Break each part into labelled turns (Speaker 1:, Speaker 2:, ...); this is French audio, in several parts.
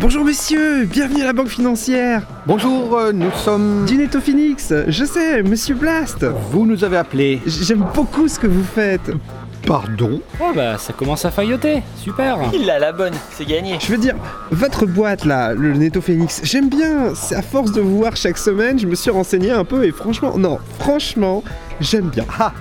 Speaker 1: Bonjour monsieur, bienvenue à la banque financière.
Speaker 2: Bonjour, euh, nous sommes...
Speaker 1: Gineto Phoenix, je sais, monsieur Blast.
Speaker 2: Vous nous avez appelé.
Speaker 1: J'aime beaucoup ce que vous faites.
Speaker 2: Pardon
Speaker 3: Oh bah ça commence à failloter, super
Speaker 4: Il a la bonne, c'est gagné.
Speaker 1: Je veux dire, votre boîte là, le Netto Phoenix, j'aime bien. C'est à force de vous voir chaque semaine, je me suis renseigné un peu et franchement, non, franchement, j'aime bien.
Speaker 2: Ah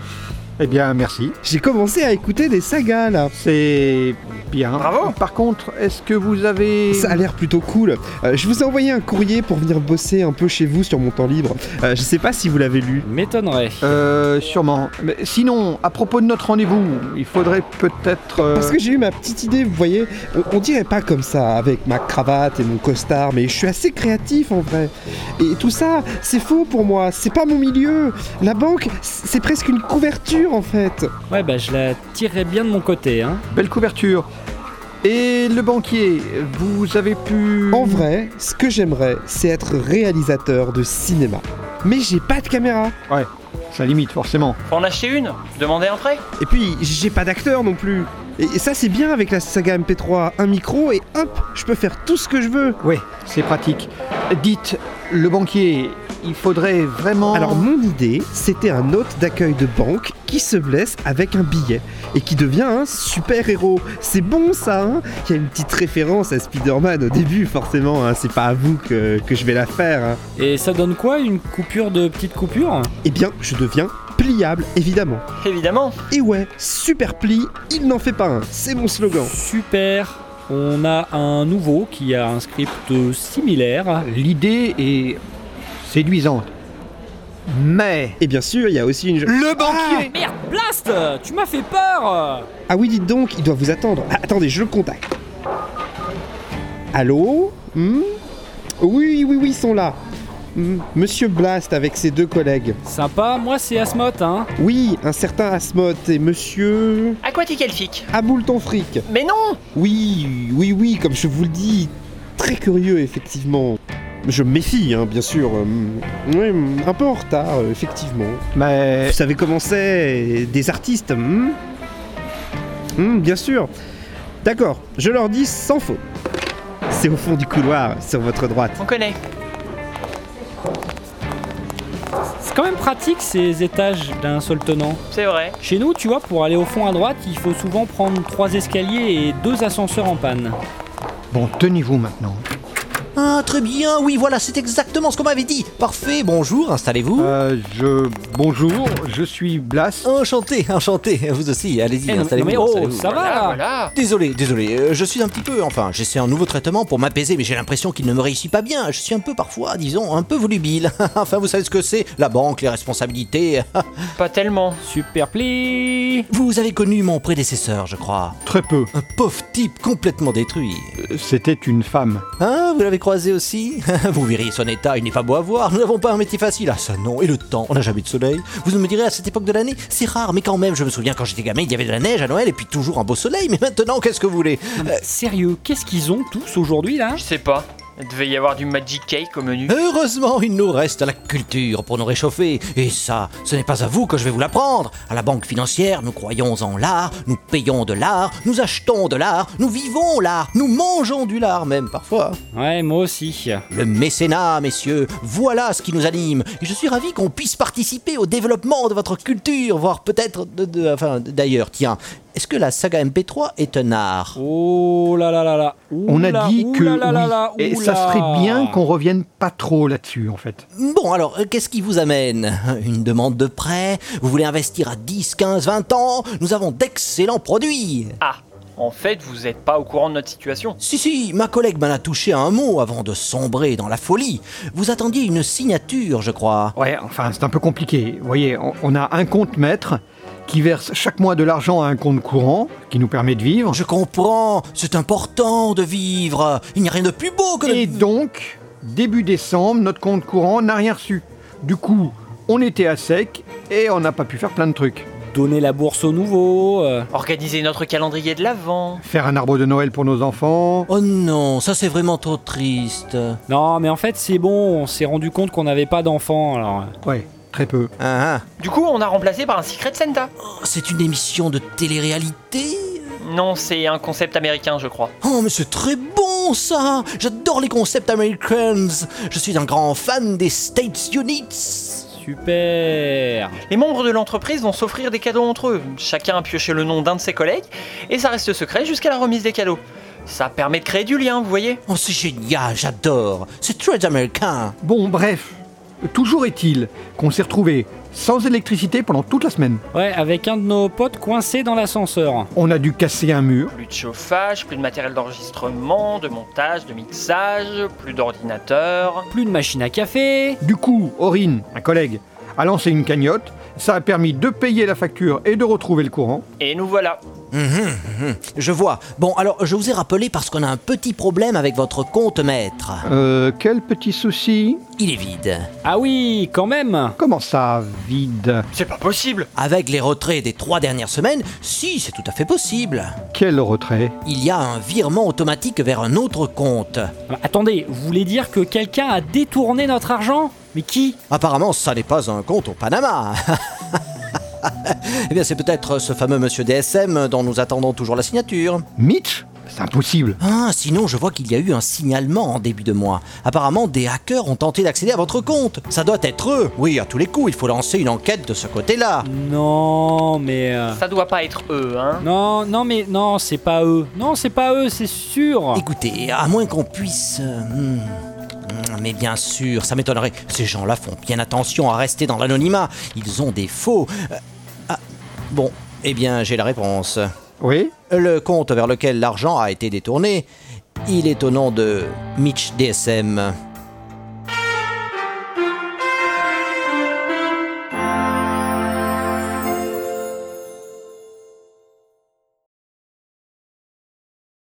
Speaker 2: Eh bien, merci.
Speaker 1: J'ai commencé à écouter des sagas là.
Speaker 2: C'est... bien.
Speaker 4: Bravo.
Speaker 2: Par contre, est-ce que vous avez...
Speaker 1: Ça a l'air plutôt cool. Euh, je vous ai envoyé un courrier pour venir bosser un peu chez vous sur mon temps libre. Euh, je sais pas si vous l'avez lu.
Speaker 3: M'étonnerait.
Speaker 2: Euh, sûrement. Mais sinon, à propos de notre rendez-vous, il faudrait peut-être... euh,
Speaker 1: Parce que j'ai eu ma petite idée, vous voyez, Euh, on, on dirait pas comme ça avec ma cravate et mon costard, mais je suis assez créatif en vrai. Et tout ça, c'est faux pour moi, c'est pas mon milieu. La banque, c'est presque une couverture en fait.
Speaker 3: Ouais bah je la tirerais bien de mon côté, hein.
Speaker 2: Belle couverture. Et le banquier, vous avez pu...
Speaker 1: En vrai, ce que j'aimerais, c'est être réalisateur de cinéma. Mais j'ai pas de caméra.
Speaker 2: Ouais, ça limite forcément.
Speaker 4: Faut en acheter une Demander un prêt
Speaker 1: Et puis, j'ai pas d'acteur non plus. Et et ça, c'est bien avec la saga MP3, un micro et hop, je peux faire tout ce que je veux.
Speaker 2: Ouais, c'est pratique. Dites, le banquier, il faudrait vraiment...
Speaker 1: Alors mon idée, c'était un hôte d'accueil de banque qui se blesse avec un billet et qui devient un super-héros. C'est bon ça, hein Il y a une petite référence à Spider-Man au début, forcément, hein, c'est pas à vous que, que je vais la faire. hein.
Speaker 3: Et ça donne quoi Une coupure de petite coupure
Speaker 1: Eh bien, je deviens pliable, évidemment.
Speaker 4: Évidemment.
Speaker 1: Et ouais, super pli, il n'en fait pas un, c'est mon slogan.
Speaker 3: Super on a un nouveau qui a un script similaire.
Speaker 2: L'idée est séduisante. Mais...
Speaker 1: Et bien sûr, il y a aussi une...
Speaker 2: Le banquier
Speaker 3: Merde, Blast Tu m'as fait peur
Speaker 1: Ah oui, dites donc, il doit vous attendre. Ah, attendez, je le contacte. Allô Hmm Oui, oui, oui, ils sont là. Hmm, Monsieur Blast avec ses deux collègues.
Speaker 3: Sympa, moi c'est Asmoth, hein.
Speaker 1: Oui, un certain Asmoth et monsieur.
Speaker 4: Aquatique elfique.
Speaker 1: Aboul ton fric.
Speaker 4: Mais non
Speaker 1: Oui, oui, oui, comme je vous le dis, très curieux, effectivement. Je me méfie, hein, bien sûr. Hmm, Oui, hmm, un peu en retard, euh, effectivement.
Speaker 2: Mais...
Speaker 1: Vous savez comment c'est, des artistes, hmm Hmm, bien sûr. D'accord, je leur dis sans faux. C'est au fond du couloir, sur votre droite.
Speaker 4: On connaît.
Speaker 3: C'est quand même pratique ces étages d'un seul tenant.
Speaker 4: C'est vrai.
Speaker 3: Chez nous, tu vois, pour aller au fond à droite, il faut souvent prendre trois escaliers et deux ascenseurs en panne.
Speaker 2: Bon, tenez-vous maintenant.
Speaker 5: Ah, très bien, oui, voilà, c'est exactement ce qu'on m'avait dit. Parfait, bonjour, installez-vous.
Speaker 2: Euh, je... Bonjour, je suis Blas.
Speaker 5: Enchanté, enchanté, vous aussi, allez-y,
Speaker 3: Eh, non,
Speaker 5: installez-vous.
Speaker 3: mais oh,
Speaker 5: installez-vous.
Speaker 3: ça va
Speaker 4: Voilà,
Speaker 3: là
Speaker 4: Ah, voilà.
Speaker 5: Désolé, désolé, euh, je suis un petit peu, enfin, j'essaie un nouveau traitement pour m'apaiser, mais j'ai l'impression qu'il ne me réussit pas bien. Je suis un peu parfois, disons, un peu volubile. enfin, vous savez ce que c'est, la banque, les responsabilités.
Speaker 4: Pas tellement.
Speaker 3: Super pli
Speaker 5: vous avez connu mon prédécesseur, je crois.
Speaker 2: Très peu.
Speaker 5: Un pauvre type complètement détruit.
Speaker 2: C'était une femme.
Speaker 5: Hein, vous l'avez croisé aussi Vous verriez son état, il n'est pas beau à voir. Nous n'avons pas un métier facile. Ah, ça non. Et le temps, on n'a jamais de soleil. Vous me direz, à cette époque de l'année, c'est rare, mais quand même, je me souviens quand j'étais gamin, il y avait de la neige à Noël et puis toujours un beau soleil. Mais maintenant, qu'est-ce que vous voulez
Speaker 3: Non, mais Euh, Sérieux, qu'est-ce qu'ils ont tous aujourd'hui là
Speaker 4: Je sais pas. Il devait y avoir du Magic Cake au menu.
Speaker 5: Heureusement, il nous reste la culture pour nous réchauffer. Et ça, ce n'est pas à vous que je vais vous l'apprendre. À la banque financière, nous croyons en l'art, nous payons de l'art, nous achetons de l'art, nous vivons l'art, nous mangeons du l'art même parfois.
Speaker 3: Ouais, moi aussi.
Speaker 5: Le mécénat, messieurs, voilà ce qui nous anime. Et je suis ravi qu'on puisse participer au développement de votre culture, voire peut-être de, de- Enfin, d'ailleurs, tiens, est-ce que la saga MP3 est un art
Speaker 3: Oh là là là là. Ouh
Speaker 2: On a
Speaker 3: là,
Speaker 2: dit
Speaker 3: ouh
Speaker 2: que
Speaker 3: là là
Speaker 2: oui.
Speaker 3: là là,
Speaker 2: Et
Speaker 3: ouh
Speaker 2: ça
Speaker 3: là.
Speaker 2: serait bien qu'on revienne pas trop là-dessus, en fait.
Speaker 5: Bon, alors, euh, qu'est-ce qui vous amène Une demande de prêt Vous voulez investir à 10, 15, 20 ans Nous avons d'excellents produits
Speaker 4: Ah, en fait, vous êtes pas au courant de notre situation.
Speaker 5: Si, si, ma collègue m'en a touché à un mot avant de sombrer dans la folie. Vous attendiez une signature, je crois.
Speaker 2: Ouais, enfin, c'est un peu compliqué. Vous voyez, on, on a un compte maître qui verse chaque mois de l'argent à un compte courant qui nous permet de vivre.
Speaker 5: Je comprends, c'est important de vivre. Il n'y a rien de plus beau que de...
Speaker 2: Et donc, début décembre, notre compte courant n'a rien reçu. Du coup, on était à sec et on n'a pas pu faire plein de trucs.
Speaker 3: Donner la bourse au nouveau. euh,
Speaker 4: Organiser notre calendrier de l'avant.
Speaker 2: Faire un arbre de Noël pour nos enfants.
Speaker 5: Oh non, ça c'est vraiment trop triste.
Speaker 3: Non, mais en fait, c'est bon, on s'est rendu compte qu'on n'avait pas d'enfants alors. euh,
Speaker 2: Ouais, très peu.
Speaker 5: Ah, ah.
Speaker 4: Du coup, on a remplacé par un Secret Santa.
Speaker 5: Oh, c'est une émission de télé-réalité
Speaker 4: Non, c'est un concept américain, je crois.
Speaker 5: Oh, mais c'est très bon ça J'adore les concepts Americans Je suis un grand fan des States Units
Speaker 3: Super
Speaker 4: Les membres de l'entreprise vont s'offrir des cadeaux entre eux. Chacun a pioché le nom d'un de ses collègues et ça reste secret jusqu'à la remise des cadeaux. Ça permet de créer du lien, vous voyez
Speaker 5: Oh, c'est génial, j'adore C'est très américain
Speaker 2: Bon, bref, toujours est-il qu'on s'est retrouvé sans électricité pendant toute la semaine.
Speaker 3: Ouais, avec un de nos potes coincé dans l'ascenseur.
Speaker 2: On a dû casser un mur,
Speaker 4: Plus de chauffage, plus de matériel d'enregistrement, de montage, de mixage, plus d'ordinateur.
Speaker 3: Plus de machine à café.
Speaker 2: Du coup, Aurine, un collègue, a lancé une cagnotte. Ça a permis de payer la facture et de retrouver le courant.
Speaker 4: Et nous voilà.
Speaker 5: Mhm, Je vois. Bon, alors, je vous ai rappelé parce qu'on a un petit problème avec votre compte maître.
Speaker 2: Euh, quel petit souci
Speaker 5: Il est vide.
Speaker 3: Ah oui, quand même
Speaker 2: Comment ça, vide
Speaker 4: C'est pas possible
Speaker 5: Avec les retraits des trois dernières semaines, si, c'est tout à fait possible.
Speaker 2: Quel retrait
Speaker 5: Il y a un virement automatique vers un autre compte.
Speaker 3: Ah, Attendez, vous voulez dire que quelqu'un a détourné notre argent Mais qui
Speaker 5: Apparemment, ça n'est pas un compte au Panama. eh bien, c'est peut-être ce fameux monsieur DSM dont nous attendons toujours la signature.
Speaker 2: Mitch C'est impossible.
Speaker 5: Ah, sinon, je vois qu'il y a eu un signalement en début de mois. Apparemment, des hackers ont tenté d'accéder à votre compte. Ça doit être eux. Oui, à tous les coups, il faut lancer une enquête de ce côté-là.
Speaker 3: Non, mais... euh,
Speaker 4: Ça doit pas être eux, hein
Speaker 3: Non, non, mais non, c'est pas eux. Non, c'est pas eux, c'est sûr.
Speaker 5: Écoutez, à moins qu'on puisse... euh, hmm, hmm, Mais bien sûr, ça m'étonnerait. Ces gens-là font bien attention à rester dans l'anonymat. Ils ont des faux. Euh, ah, bon, eh bien, j'ai la réponse.
Speaker 2: Oui
Speaker 5: Le compte vers lequel l'argent a été détourné, il est au nom de Mitch DSM.